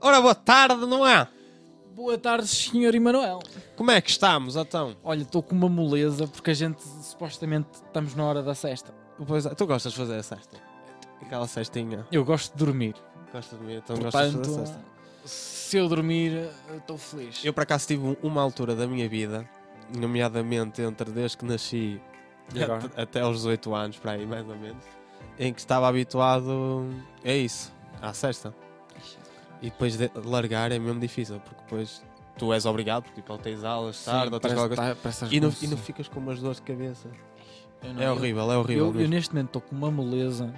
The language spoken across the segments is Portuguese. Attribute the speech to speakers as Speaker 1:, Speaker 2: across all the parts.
Speaker 1: Ora, boa tarde, não é?
Speaker 2: Boa tarde, senhor Emanuel.
Speaker 1: Como é que estamos, então?
Speaker 2: Olha, estou com uma moleza porque a gente supostamente estamos na hora da cesta.
Speaker 1: Pois é, tu gostas de fazer a cesta? Aquela cestinha.
Speaker 2: Eu gosto de dormir.
Speaker 1: Gostas de mim, então gostas de
Speaker 2: Portanto,
Speaker 1: fazer a cesta.
Speaker 2: se eu dormir, eu estou feliz.
Speaker 1: Eu, por acaso, tive um- uma altura da minha vida, nomeadamente entre desde que nasci
Speaker 2: E agora?
Speaker 1: at- até aos 18 anos, para aí, mais ou menos, em que estava habituado a isso, à cesta. E depois de largar é mesmo difícil, porque depois tu és obrigado, porque tipo, ou tens aulas tarde, ou tens qualquer coisa. E não, e não ficas com umas dores de cabeça.
Speaker 2: Eu não-
Speaker 1: É
Speaker 2: eu-
Speaker 1: horrível, é horrível.
Speaker 2: Eu, eu
Speaker 1: mesmo.
Speaker 2: neste momento estou com uma moleza.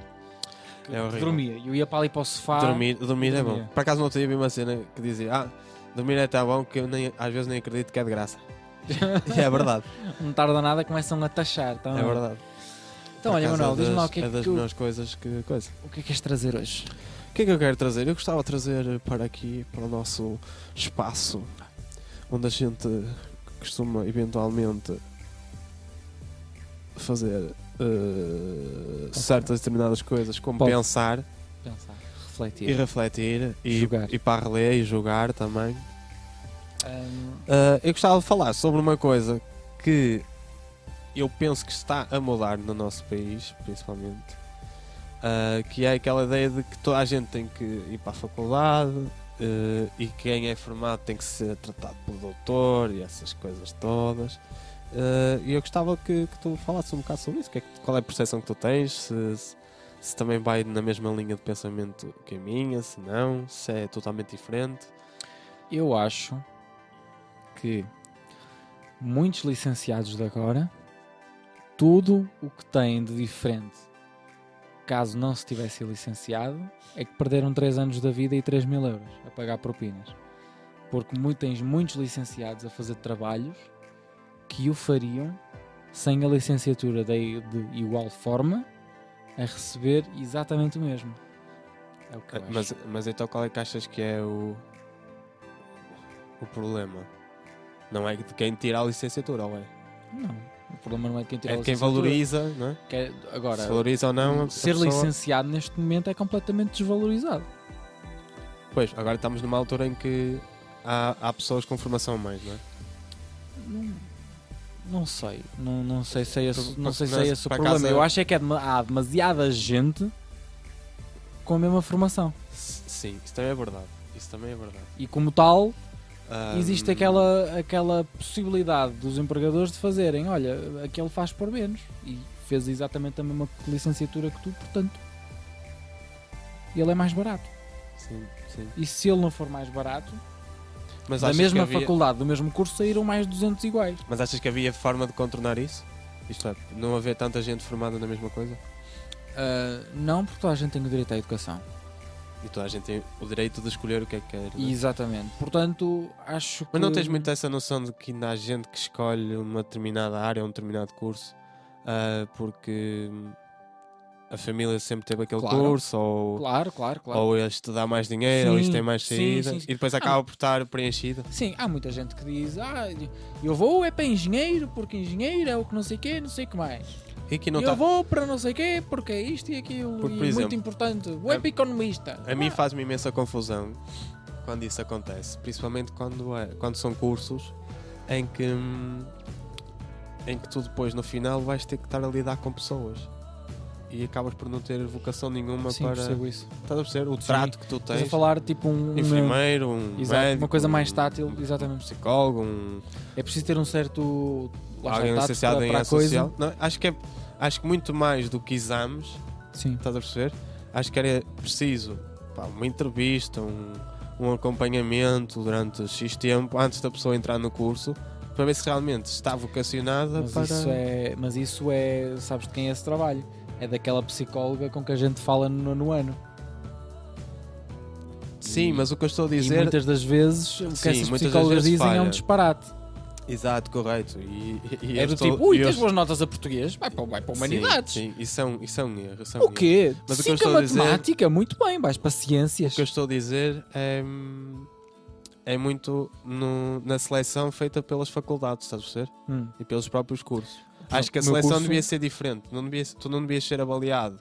Speaker 2: que
Speaker 1: É horrível.
Speaker 2: Dormia. Eu ia para ali para o sofá.
Speaker 1: Dormir, dormir é bom.
Speaker 2: dormia.
Speaker 1: Por acaso, não outro dia vi uma cena que dizia: Ah, dormir é tão bom que eu nem, às vezes nem acredito que é de graça. e é verdade,
Speaker 2: Não tarda nada, começam a taxar. Então,
Speaker 1: é verdade.
Speaker 2: então
Speaker 1: Por
Speaker 2: olha,
Speaker 1: acaso,
Speaker 2: Emanuel,
Speaker 1: das-
Speaker 2: diz-me lá o que é,
Speaker 1: é das
Speaker 2: que, tu-
Speaker 1: melhores coisas que. Coisa.
Speaker 2: o que é que és trazer hoje?
Speaker 1: O que é que eu quero trazer? Eu gostava de trazer para aqui, para o nosso espaço, onde a gente costuma eventualmente fazer eh, certas determinadas coisas, como
Speaker 2: Pode.
Speaker 1: pensar
Speaker 2: Pensar,
Speaker 1: e
Speaker 2: refletir.
Speaker 1: refletir e,
Speaker 2: Jogar.
Speaker 1: e para reler e jogar também.
Speaker 2: Ahm,
Speaker 1: Uh, eu gostava de falar sobre uma coisa que eu penso que está a mudar no nosso país, principalmente, uh, que é aquela ideia de que toda a gente tem que ir para a faculdade uh, e quem é formado tem que ser tratado pelo doutor e essas coisas todas. Uh, E eu gostava que, que tu falasses um bocado sobre isso. Que é que- qual é a percepção que tu tens? Se, se- se também vai na mesma linha de pensamento que a minha, se não, se é totalmente diferente.
Speaker 2: eu acho que muitos licenciados de agora, tudo o que têm de diferente, caso não se tivesse licenciado, é que perderam 3 anos da vida e 3 mil euros a pagar propinas. Porque mu- tens muitos licenciados a fazer trabalhos que o fariam sem a licenciatura de, de igual forma a receber exatamente o mesmo. É o que eu acho.
Speaker 1: Mas, mas então qual é que achas que é o, o problema? Não é de quem tira a licenciatura, ou é?
Speaker 2: Não, o problema não é de quem tira
Speaker 1: é
Speaker 2: a
Speaker 1: de quem
Speaker 2: licenciatura.
Speaker 1: valoriza, não é?
Speaker 2: Quer- agora,
Speaker 1: Se valoriza ou não. a
Speaker 2: ser
Speaker 1: pessoa-
Speaker 2: licenciado neste momento é completamente desvalorizado.
Speaker 1: Pois, agora estamos numa altura em que há, há pessoas com formação a mais, não é?
Speaker 2: Não, não sei. Não, não sei se é esse,
Speaker 1: Por-
Speaker 2: não sei
Speaker 1: por-
Speaker 2: se é esse o
Speaker 1: por
Speaker 2: problema.
Speaker 1: acaso-
Speaker 2: Eu acho é que é dema- há demasiada gente com a mesma formação.
Speaker 1: S- Sim, isso também é verdade. Isso também é verdade.
Speaker 2: E como tal,
Speaker 1: Ahm,
Speaker 2: existe aquela, aquela possibilidade dos empregadores de fazerem, olha, aquele faz por menos. E fez exatamente a mesma licenciatura que tu, portanto, ele é mais barato.
Speaker 1: Sim, sim.
Speaker 2: E se ele não for mais barato,
Speaker 1: Mas
Speaker 2: da
Speaker 1: achas
Speaker 2: mesma
Speaker 1: que havia,
Speaker 2: faculdade, do mesmo curso, saíram mais 200 iguais.
Speaker 1: Mas achas que havia forma de contornar isso? Isto é, não haver tanta gente formada na mesma coisa?
Speaker 2: Ah, não, porque toda a gente tem o direito à educação.
Speaker 1: E toda a gente tem o direito de escolher o que é que quer. não é?
Speaker 2: Exatamente. Portanto, acho que.
Speaker 1: Mas não tens muito essa noção de que ainda há gente que escolhe uma determinada área, um determinado curso, ah, porque hum, a família sempre teve aquele
Speaker 2: Claro.
Speaker 1: curso, ou,
Speaker 2: Claro, claro, claro.
Speaker 1: ou este dá mais dinheiro, ou isto
Speaker 2: Sim,
Speaker 1: tem mais
Speaker 2: sim,
Speaker 1: saída,
Speaker 2: sim, Ah. sim.
Speaker 1: e depois acaba por estar preenchida.
Speaker 2: Sim, há muita gente que diz: Ah, eu vou é para engenheiro, porque engenheiro é o que não sei o quê, não sei o que mais.
Speaker 1: E que não
Speaker 2: eu
Speaker 1: tá...
Speaker 2: vou para não sei o quê, porque é isto e aquilo.
Speaker 1: Porque,
Speaker 2: e
Speaker 1: por exemplo,
Speaker 2: muito importante. Web economista.
Speaker 1: A mim faz-me imensa confusão quando isso acontece, principalmente quando, é- quando são cursos em que, hum, em que tu depois no final vais ter que estar a lidar com pessoas. E acabas por não ter vocação nenhuma
Speaker 2: Sim,
Speaker 1: para.
Speaker 2: percebo isso.
Speaker 1: Estás a perceber? O
Speaker 2: Sim.
Speaker 1: trato que tu
Speaker 2: Estás
Speaker 1: tens.
Speaker 2: a falar tipo um. um-
Speaker 1: enfermeiro, um
Speaker 2: Exato,
Speaker 1: médico,
Speaker 2: uma coisa mais
Speaker 1: um-
Speaker 2: tátil,
Speaker 1: um
Speaker 2: exatamente.
Speaker 1: psicólogo, um,
Speaker 2: É preciso ter um certo. lá está,
Speaker 1: alguém
Speaker 2: tato
Speaker 1: licenciado
Speaker 2: para-
Speaker 1: em
Speaker 2: para a
Speaker 1: área social. Não, acho que é, acho que muito mais do que exames,
Speaker 2: Sim.
Speaker 1: estás a perceber? Acho que era preciso pá, uma entrevista, um, um acompanhamento durante X tempo antes da pessoa entrar no curso para ver se realmente está vocacionada
Speaker 2: Mas
Speaker 1: para
Speaker 2: isso é, mas isso é, sabes de quem é esse trabalho? É daquela psicóloga com que a gente fala no, no ano.
Speaker 1: Sim, mas o que eu estou a
Speaker 2: E
Speaker 1: dizer
Speaker 2: muitas das vezes o que
Speaker 1: Sim,
Speaker 2: essas
Speaker 1: muitas das
Speaker 2: psicólogas
Speaker 1: vezes
Speaker 2: dizem é
Speaker 1: falha.
Speaker 2: um disparate.
Speaker 1: Exato, correto. E, e- e
Speaker 2: é
Speaker 1: eu
Speaker 2: do
Speaker 1: estou-
Speaker 2: tipo, ui,
Speaker 1: eu
Speaker 2: tens
Speaker 1: estou-
Speaker 2: boas notas a português? Vai para, vai para
Speaker 1: Sim,
Speaker 2: humanidades.
Speaker 1: Sim, isso é um, isso é um erro. isso é um
Speaker 2: O
Speaker 1: erro.
Speaker 2: quê?
Speaker 1: Mas o que eu
Speaker 2: Cinco a
Speaker 1: estou a dizer-
Speaker 2: matemática? Muito bem, vais para ciências.
Speaker 1: O que eu estou a dizer é, hum, é muito no- na seleção feita pelas faculdades, estás a perceber?
Speaker 2: Hum.
Speaker 1: E pelos próprios cursos.
Speaker 2: exemplo,
Speaker 1: Acho que a
Speaker 2: o Então, meu
Speaker 1: seleção
Speaker 2: curso-
Speaker 1: devia ser diferente. Não devia, tu não devias ser avaliado,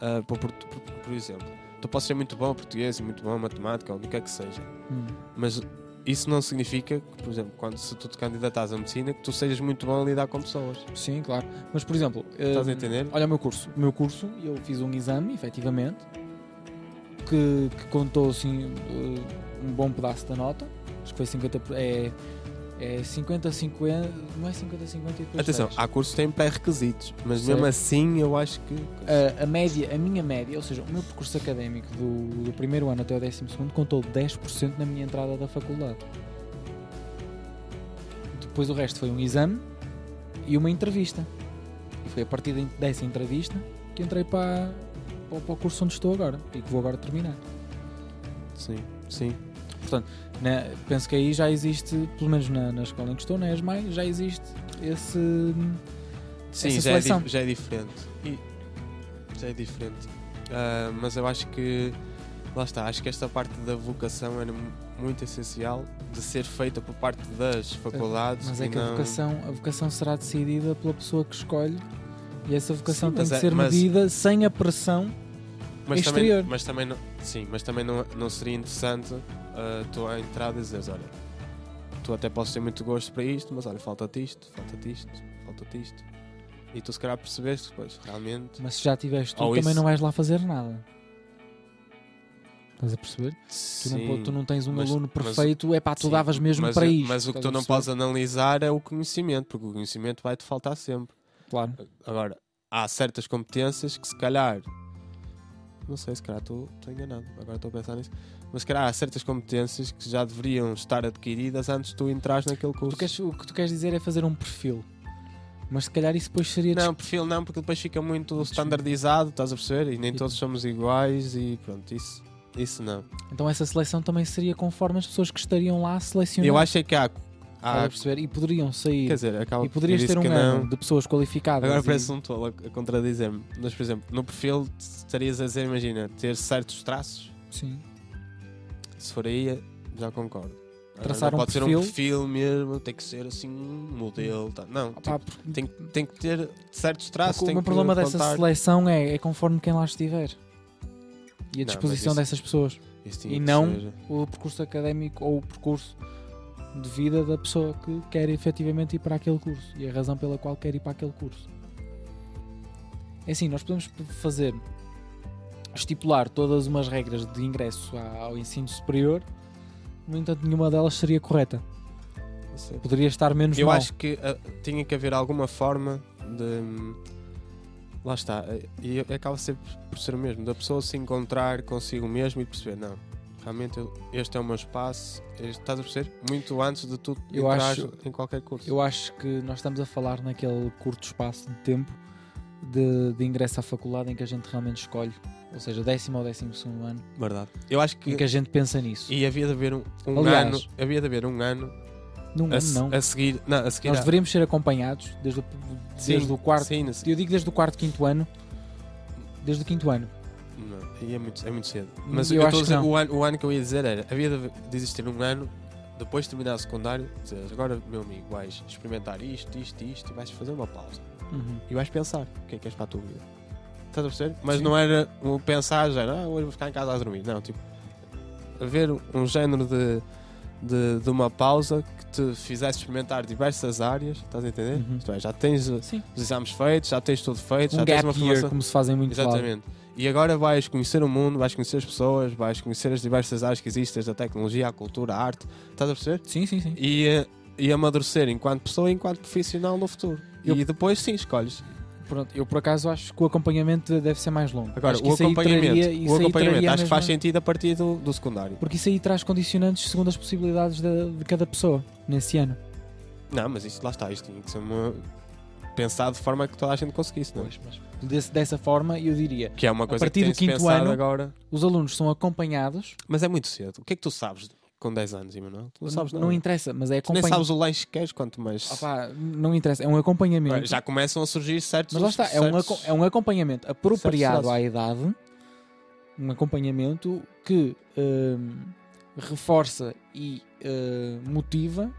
Speaker 1: ah, por, por- por- por exemplo. Tu podes ser muito bom em português e muito bom em matemática ou o que é que seja.
Speaker 2: Hum.
Speaker 1: Mas isso não significa que, por exemplo, quando se tu te candidatas à medicina, que tu sejas muito bom a lidar com pessoas.
Speaker 2: Sim, claro. Mas, por exemplo,
Speaker 1: Estás a
Speaker 2: hum,
Speaker 1: entender?
Speaker 2: olha o meu curso. O meu curso, eu fiz um exame, efetivamente, que, que contou assim eh, um bom pedaço da nota. Acho que foi 50. por- É, é 50, 50. Não é 50, 50 e depois.
Speaker 1: Atenção,
Speaker 2: seis.
Speaker 1: há cursos que têm pré-requisitos, mas
Speaker 2: é. Certo.
Speaker 1: mesmo assim eu acho que.
Speaker 2: A, a média, a minha média, ou seja, o meu percurso académico do, do primeiro ano até o décimo segundo contou 10% na minha entrada da faculdade. Depois o resto foi um exame e uma entrevista. E foi a partir de- dessa entrevista que entrei para, para, para o curso onde estou agora e que vou agora terminar.
Speaker 1: Sim, sim.
Speaker 2: Na- penso que aí já existe, pelo menos na, na escola em que estou, na ESMAI, já existe esse.
Speaker 1: Sim,
Speaker 2: essa
Speaker 1: já é,
Speaker 2: seleção.
Speaker 1: di- já é diferente. E- já é diferente. Ah, mas eu acho que. Lá está, acho que esta parte da vocação era mu- muito essencial de ser feita por parte das faculdades.
Speaker 2: Mas
Speaker 1: e
Speaker 2: é que
Speaker 1: não...
Speaker 2: a, vocação, a vocação será decidida pela pessoa que escolhe e essa vocação
Speaker 1: Sim,
Speaker 2: tem
Speaker 1: mas
Speaker 2: que
Speaker 1: é-
Speaker 2: ser
Speaker 1: mas-
Speaker 2: medida sem a pressão.
Speaker 1: mas
Speaker 2: é exterior.
Speaker 1: também, mas também não, Sim, mas também não, não seria interessante ah, tu à entrada dizeres: olha, tu até podes ter muito gosto para isto, mas olha, falta-te isto, falta-te isto, falta-te isto. E tu se calhar percebeste depois, realmente.
Speaker 2: Mas se já tiveste tu,
Speaker 1: Ou
Speaker 2: também
Speaker 1: isso-
Speaker 2: não vais lá fazer nada. Estás a perceber? Tu, não,
Speaker 1: sim.
Speaker 2: po- tu não tens um
Speaker 1: mas-
Speaker 2: aluno
Speaker 1: mas-
Speaker 2: perfeito, é pá, tu
Speaker 1: Sim,
Speaker 2: davas mesmo
Speaker 1: mas,
Speaker 2: para isto.
Speaker 1: Mas o que
Speaker 2: estás
Speaker 1: tu
Speaker 2: a
Speaker 1: não podes
Speaker 2: perceber?
Speaker 1: analisar é o conhecimento, porque o conhecimento vai-te faltar sempre.
Speaker 2: Claro.
Speaker 1: Agora, há certas competências que se calhar. Não sei, se calhar estou estou enganado, agora estou a pensar nisso. Mas se calhar há certas competências que já deveriam estar adquiridas antes de tu entrares naquele curso.
Speaker 2: Tu queres- o que tu queres dizer é fazer um perfil. Mas se calhar isso depois seria.
Speaker 1: Não, perfil não, porque depois fica muito standardizado, estás a perceber? E nem
Speaker 2: Sim.
Speaker 1: todos somos iguais e pronto, isso, isso não.
Speaker 2: Então essa seleção também seria conforme as pessoas que estariam lá selecionadas.
Speaker 1: Eu acho é que há.
Speaker 2: Estás
Speaker 1: há
Speaker 2: a perceber? E poderiam sair.
Speaker 1: quer dizer, acaba
Speaker 2: e poderias
Speaker 1: eu disse
Speaker 2: ter um
Speaker 1: que não.
Speaker 2: ano de pessoas qualificadas.
Speaker 1: Agora
Speaker 2: e-
Speaker 1: parece um tolo a a contradizer-me. Mas, por exemplo, no perfil estarias a dizer, imagina, ter certos traços.
Speaker 2: Sim.
Speaker 1: Se for aí, já concordo. Agora,
Speaker 2: Traçar
Speaker 1: não
Speaker 2: um
Speaker 1: pode ser
Speaker 2: perfil.
Speaker 1: um perfil mesmo, tem que ser assim um modelo. tá. Não,
Speaker 2: Ah,
Speaker 1: tem,
Speaker 2: pá, porque-
Speaker 1: tem, tem que ter certos traços.
Speaker 2: porque
Speaker 1: Ah, Tem
Speaker 2: o meu
Speaker 1: que
Speaker 2: problema dessa
Speaker 1: contar.
Speaker 2: seleção é, é conforme quem lá estiver e
Speaker 1: Não,
Speaker 2: a disposição
Speaker 1: mas
Speaker 2: dessas pessoas,
Speaker 1: Isso tinha
Speaker 2: e
Speaker 1: que
Speaker 2: não-
Speaker 1: ser-
Speaker 2: o percurso académico ou o percurso de vida da pessoa que quer efetivamente ir para aquele curso e a razão pela qual quer ir para aquele curso. É assim, nós podemos p- fazer estipular todas umas regras de ingresso à- ao ensino superior, no entanto, nenhuma delas seria correta.
Speaker 1: não sei.
Speaker 2: Poderia estar menos
Speaker 1: Eu
Speaker 2: mal.
Speaker 1: acho que ah, tinha que haver alguma forma de. Lá está. eh, E acaba sempre por ser o mesmo. Da pessoa se encontrar consigo mesmo e perceber, não, realmente eu- este é o meu espaço. este- Estás a perceber? Muito antes de tu
Speaker 2: Eu
Speaker 1: entrares
Speaker 2: acho-
Speaker 1: em qualquer curso.
Speaker 2: Eu acho que nós estamos a falar naquele curto espaço de tempo de, de ingresso à faculdade em que a gente realmente escolhe, ou seja, décimo ou décimo segundo ano,
Speaker 1: Verdade. Eu acho que.
Speaker 2: em que a gente pensa nisso.
Speaker 1: E havia de haver um, um
Speaker 2: Aliás-
Speaker 1: ano. Havia de haver um ano.
Speaker 2: Num
Speaker 1: a,
Speaker 2: ano,
Speaker 1: se-
Speaker 2: não.
Speaker 1: a seguir. Não, a seguir.
Speaker 2: Nós
Speaker 1: a-
Speaker 2: deveríamos ser acompanhados desde o,
Speaker 1: Sim,
Speaker 2: desde o quarto.
Speaker 1: Sim, nesse-
Speaker 2: Eu digo desde o quarto, quinto ano. Desde o quinto ano.
Speaker 1: Não, aí é muito, é muito cedo. Mas
Speaker 2: Eu
Speaker 1: eu, estou a
Speaker 2: acho que
Speaker 1: dizer,
Speaker 2: não.
Speaker 1: o ano, o ano que eu ia dizer era: havia de, de existir um ano, depois de terminar o secundário, dizes, agora, meu amigo, vais experimentar isto, isto, isto, e vais fazer uma pausa.
Speaker 2: Uhum.
Speaker 1: E vais pensar o que é que és para a tua vida. Estás a perceber? Mas
Speaker 2: Sim.
Speaker 1: não era o pensar, já, ah, hoje vou ficar em casa a dormir. Não, tipo, haver um género de, de, de uma pausa que te fizesse experimentar diversas áreas, estás a entender?
Speaker 2: Uhum.
Speaker 1: Isto é, já tens os
Speaker 2: Sim.
Speaker 1: exames feitos, já tens tudo feito,
Speaker 2: Um
Speaker 1: já tens uma
Speaker 2: gap year,
Speaker 1: formação.
Speaker 2: como se fazem muito lá.
Speaker 1: Exatamente. E agora vais conhecer o mundo, vais conhecer as pessoas, vais conhecer as diversas áreas que existem, da tecnologia, à cultura, à arte, estás a perceber?
Speaker 2: Sim, sim, sim.
Speaker 1: E, eh, e amadurecer enquanto pessoa e enquanto profissional no futuro.
Speaker 2: Eu-
Speaker 1: E depois sim escolhes.
Speaker 2: Pronto, eu por acaso acho que o acompanhamento deve ser mais longo.
Speaker 1: Agora,
Speaker 2: Acho que
Speaker 1: o
Speaker 2: isso aí
Speaker 1: acompanhamento, o
Speaker 2: traria- isso aí
Speaker 1: acompanhamento
Speaker 2: traria
Speaker 1: acho que faz
Speaker 2: mesmo-
Speaker 1: sentido a partir do, do secundário.
Speaker 2: Porque isso aí traz condicionantes segundo as possibilidades da- de, cada pessoa nesse ano.
Speaker 1: Não, mas isto lá está, isto tinha que ser uma... pensado de forma que toda a gente conseguisse, não é?
Speaker 2: Desse- dessa forma, eu diria:
Speaker 1: Que é uma coisa
Speaker 2: partir
Speaker 1: que
Speaker 2: do
Speaker 1: tem-se
Speaker 2: quinto
Speaker 1: pensado
Speaker 2: ano-
Speaker 1: agora.
Speaker 2: os alunos são acompanhados,
Speaker 1: Mas é muito cedo. O que é que tu sabes com 10 anos, Emanuel? Tu não sabes
Speaker 2: não, Ah,
Speaker 1: nada.
Speaker 2: interessa, mas é
Speaker 1: Tu nem
Speaker 2: acompanhamento.
Speaker 1: sabes o lanche que queres, quanto mais...
Speaker 2: não interessa, é um
Speaker 1: Bem,
Speaker 2: acompanhamento.
Speaker 1: Já começam a surgir certos.
Speaker 2: mas lá está, é um, aco-
Speaker 1: certos-
Speaker 2: é um acompanhamento apropriado
Speaker 1: certos
Speaker 2: à idade, um acompanhamento que hum, reforça e eh, motiva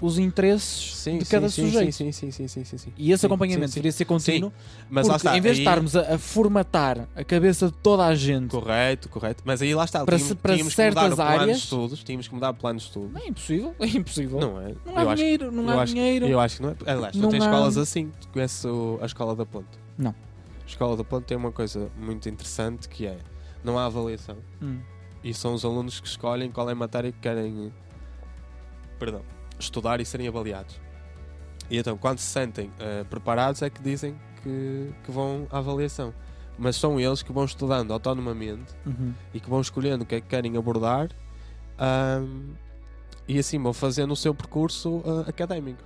Speaker 2: os interesses
Speaker 1: Sim,
Speaker 2: um de
Speaker 1: sim,
Speaker 2: cada
Speaker 1: sim,
Speaker 2: sujeito.
Speaker 1: Sim, sim, sim, sim, sim, sim.
Speaker 2: E esse
Speaker 1: Sim,
Speaker 2: acompanhamento
Speaker 1: sim, sim.
Speaker 2: deveria ser contínuo,
Speaker 1: Mas lá
Speaker 2: porque
Speaker 1: está,
Speaker 2: em vez
Speaker 1: aí-
Speaker 2: de estarmos a, a formatar a cabeça de toda a gente,
Speaker 1: Correto, correto. Mas aí lá está,
Speaker 2: Para
Speaker 1: tínhamos,
Speaker 2: se- para
Speaker 1: tínhamos que
Speaker 2: certas
Speaker 1: mudar o plano
Speaker 2: áreas-
Speaker 1: de estudos, tínhamos que mudar o plano de estudos.
Speaker 2: não é impossível, é impossível.
Speaker 1: Não é?
Speaker 2: Não
Speaker 1: eu
Speaker 2: há
Speaker 1: acho
Speaker 2: dinheiro, não
Speaker 1: eu
Speaker 2: há
Speaker 1: acho-
Speaker 2: dinheiro.
Speaker 1: Eu acho que não é. Aliás,
Speaker 2: Não
Speaker 1: tu tens
Speaker 2: há-
Speaker 1: escolas assim. Tu conheces o- a Escola da Ponte?
Speaker 2: Não.
Speaker 1: A Escola da Ponte tem uma coisa muito interessante que é: não há avaliação.
Speaker 2: Hum.
Speaker 1: E são os alunos que escolhem qual é a matéria que querem. eh, Perdão. Estudar e serem avaliados. E então, quando se sentem eh, preparados, é que dizem que, que vão à avaliação. Mas são eles que vão estudando autonomamente
Speaker 2: Uhum.
Speaker 1: e que vão escolhendo o que é que querem abordar ahm, e assim vão fazendo o seu percurso ah, académico.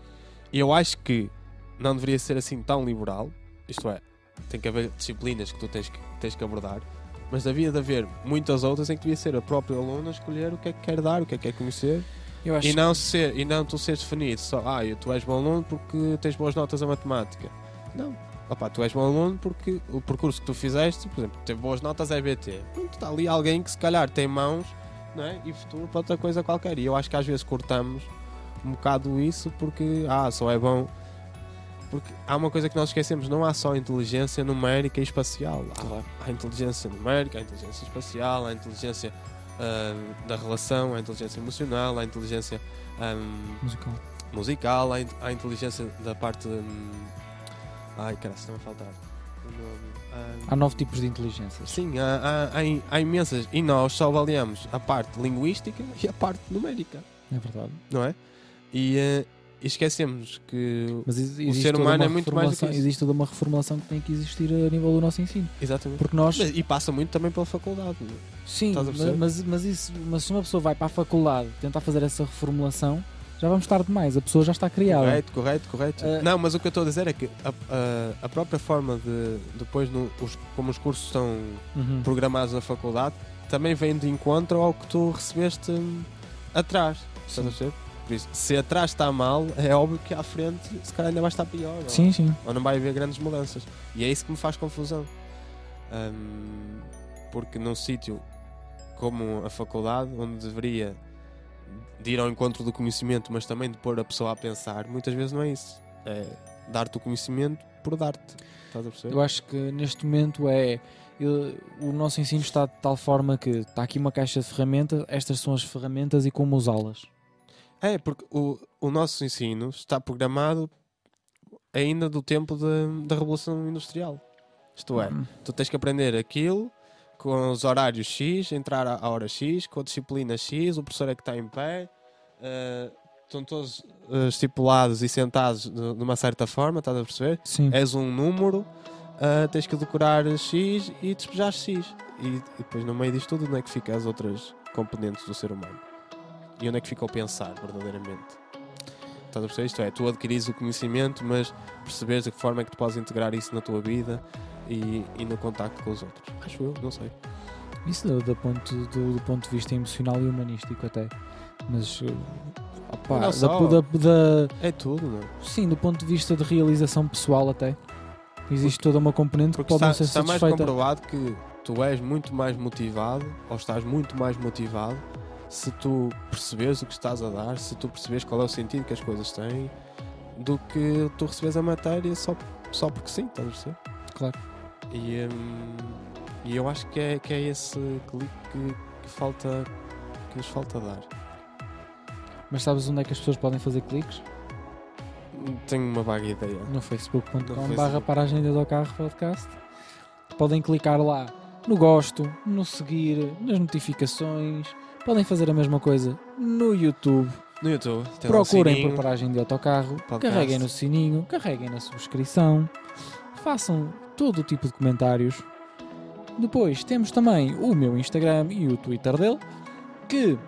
Speaker 1: E eu acho que não deveria ser assim tão liberal, isto é, tem que haver disciplinas que tu tens que, tens que abordar, mas havia de haver muitas outras em que devia ser a própria aluna escolher o que é que quer dar, o que é que quer conhecer
Speaker 2: Eu acho
Speaker 1: e não, ser, e não tu seres definido só, ah, tu és bom aluno porque tens boas notas a matemática. Não. Opá, tu és bom aluno porque o percurso que tu fizeste, por exemplo, teve boas notas é BT. Pronto, está ali alguém que se calhar tem mãos não é? e futuro para outra coisa qualquer. E eu acho que às vezes cortamos um bocado isso porque, ah, só é bom. Porque há uma coisa que nós esquecemos: não há só inteligência numérica e espacial. Há, há inteligência numérica, há inteligência espacial, há inteligência ah, da relação, há inteligência emocional, há inteligência ah,
Speaker 2: que... musical.
Speaker 1: musical, há, in- há inteligência da parte. hum, ai, cara, estão a faltar. o nome. Ah,
Speaker 2: Há nove tipos de inteligências.
Speaker 1: Sim, há, há- há im- há imensas. E nós só avaliamos a parte linguística e a parte numérica,
Speaker 2: É verdade.
Speaker 1: não é? E eh, esquecemos que.
Speaker 2: Mas ex- existe
Speaker 1: ser
Speaker 2: toda
Speaker 1: humano
Speaker 2: uma
Speaker 1: é muito mais do que
Speaker 2: reformulação-
Speaker 1: isso.
Speaker 2: Existe toda uma reformulação que tem que existir a nível do nosso ensino.
Speaker 1: Exatamente.
Speaker 2: Porque nós.
Speaker 1: Mas- e passa muito também pela faculdade. não é?
Speaker 2: sim,
Speaker 1: estás a
Speaker 2: mas,
Speaker 1: perceber?
Speaker 2: mas, mas isso, mas se uma pessoa vai para a faculdade tentar fazer essa reformulação, já vamos tarde demais. A pessoa já está criada.
Speaker 1: Correto, correto, correto.
Speaker 2: Ah.
Speaker 1: Não, mas o que eu estou a dizer é que a, a- a própria forma de. Depois, no- os- como os cursos estão
Speaker 2: Uhum.
Speaker 1: programados na faculdade também vem de encontro ao que tu recebeste hum, atrás. Estás a perceber? Por isso, se atrás está mal, é óbvio que à frente se calhar ainda vai estar pior. ou-
Speaker 2: Sim, sim.
Speaker 1: Ou, não é? vai haver grandes mudanças. E é isso que me faz confusão. Hum, porque num sítio como a faculdade, onde deveria de ir ao encontro do conhecimento, mas também de pôr a pessoa a pensar, muitas vezes não é isso. É dar-te o conhecimento por dar-te. Estás a perceber?
Speaker 2: Eu acho que neste momento é. eu- o nosso ensino está de tal forma que está aqui uma caixa de ferramentas, estas são as ferramentas e como usá-las.
Speaker 1: É, porque o, o nosso ensino está programado ainda do tempo da- da Revolução Industrial. Isto é,
Speaker 2: Hum.
Speaker 1: tu tens que aprender aquilo com os horários X, entrar à à hora X, com a disciplina X, o professor é que está em pé, eh, estão todos eh, estipulados e sentados de, de uma certa forma, estás a perceber?
Speaker 2: Sim.
Speaker 1: És um número, eh, tens que decorar X e despejar X. E, e depois, no meio disto tudo, onde é que ficam as outras componentes do ser humano? E onde é que fica o pensar, verdadeiramente? Estás a perceber? Isto é, tu adquiris o conhecimento, mas perceberes de que forma é que tu podes integrar isso na tua vida e, e no contacto com os outros. Acho eu, não sei.
Speaker 2: Isso do, do ponto, do, do ponto de vista emocional e humanístico até. Mas eh, opá,
Speaker 1: Não
Speaker 2: da-
Speaker 1: só.
Speaker 2: da- da-
Speaker 1: É tudo, não é?
Speaker 2: sim, do ponto de vista de realização pessoal até. Existe toda uma componente que
Speaker 1: Porque
Speaker 2: pode
Speaker 1: está,
Speaker 2: não ser
Speaker 1: está mais
Speaker 2: satisfeita.
Speaker 1: comprovado que tu és muito mais motivado, ou estás muito mais motivado, se tu perceberes o que estás a dar, se tu perceberes qual é o sentido que as coisas têm, do que tu recebes a matéria só, só porque sim, estás a perceber?
Speaker 2: Claro.
Speaker 1: E, hum, e eu acho que é, que é esse clique que, que falta que nos falta dar.
Speaker 2: Mas sabes onde é que as pessoas podem fazer cliques?
Speaker 1: Tenho uma vaga ideia.
Speaker 2: No facebook.com
Speaker 1: No
Speaker 2: barra
Speaker 1: Facebook.
Speaker 2: paragem de autocarro podcast. Podem clicar lá no gosto, no seguir, nas notificações. Podem fazer a mesma coisa no YouTube.
Speaker 1: No YouTube, tem lá um
Speaker 2: Procurem
Speaker 1: sininho.
Speaker 2: por paragem de autocarro,
Speaker 1: Podcast.
Speaker 2: carreguem no sininho, carreguem na subscrição, façam todo o tipo de comentários. Depois temos também o meu Instagram e o Twitter dele, que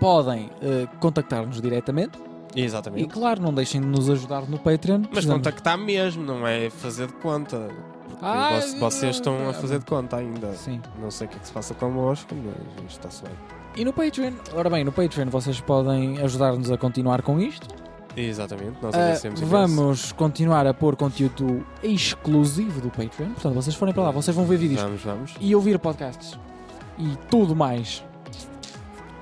Speaker 2: podem eh, contactar-nos diretamente. E
Speaker 1: Exatamente.
Speaker 2: claro, não deixem de nos ajudar no Patreon.
Speaker 1: Mas
Speaker 2: Precisamos-
Speaker 1: contactar mesmo, não é fazer de conta. Porque
Speaker 2: Ah,
Speaker 1: vo- vocês estão a fazer de conta ainda.
Speaker 2: Sim.
Speaker 1: Não sei o que é que se passa convosco, mas isto está-se bem.
Speaker 2: E no Patreon, ora bem, no Patreon vocês podem ajudar-nos a continuar com isto.
Speaker 1: Exatamente, nós
Speaker 2: Ah,
Speaker 1: agradecemos imenso.
Speaker 2: vamos continuar a pôr conteúdo exclusivo do Patreon. Portanto, vocês forem para lá, vocês vão ver vídeos
Speaker 1: Vamos, vamos.
Speaker 2: e ouvir podcasts e tudo mais.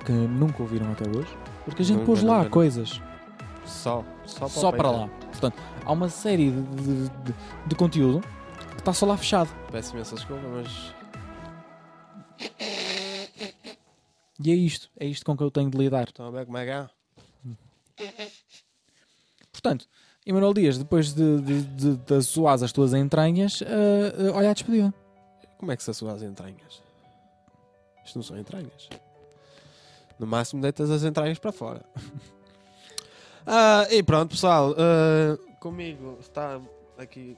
Speaker 2: que nunca ouviram até hoje, porque a gente
Speaker 1: Nunca,
Speaker 2: pôs lá
Speaker 1: nunca, nunca.
Speaker 2: coisas
Speaker 1: Só, só para, o
Speaker 2: só para lá.
Speaker 1: Patreon.
Speaker 2: Portanto, há uma série de, de- de- de conteúdo que está só lá fechado.
Speaker 1: tá? Peço imensa desculpa, mas
Speaker 2: E é isto, é isto com que eu tenho de lidar.
Speaker 1: estão a ver como é que é?
Speaker 2: Portanto, Emanuel Dias, depois de, de, de, de assoar as tuas entranhas, ah, ah, olha a despedida.
Speaker 1: Como é que se assoa as entranhas? Isto não são entranhas. No máximo deitas as entranhas para fora. Ah, e pronto, pessoal. ah, comigo está aqui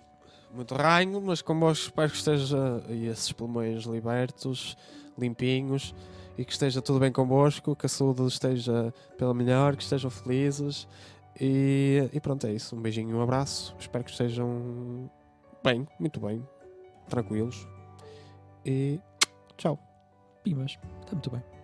Speaker 1: muito ranho, mas convosco espero que esteja aí esses pulmões libertos, limpinhos e que esteja tudo bem convosco, que a saúde esteja pela melhor, que estejam felizes. E, e pronto, é isso. Um beijinho e um abraço. Espero que estejam bem, muito bem, tranquilos. E tchau.
Speaker 2: Pimas, está muito bem.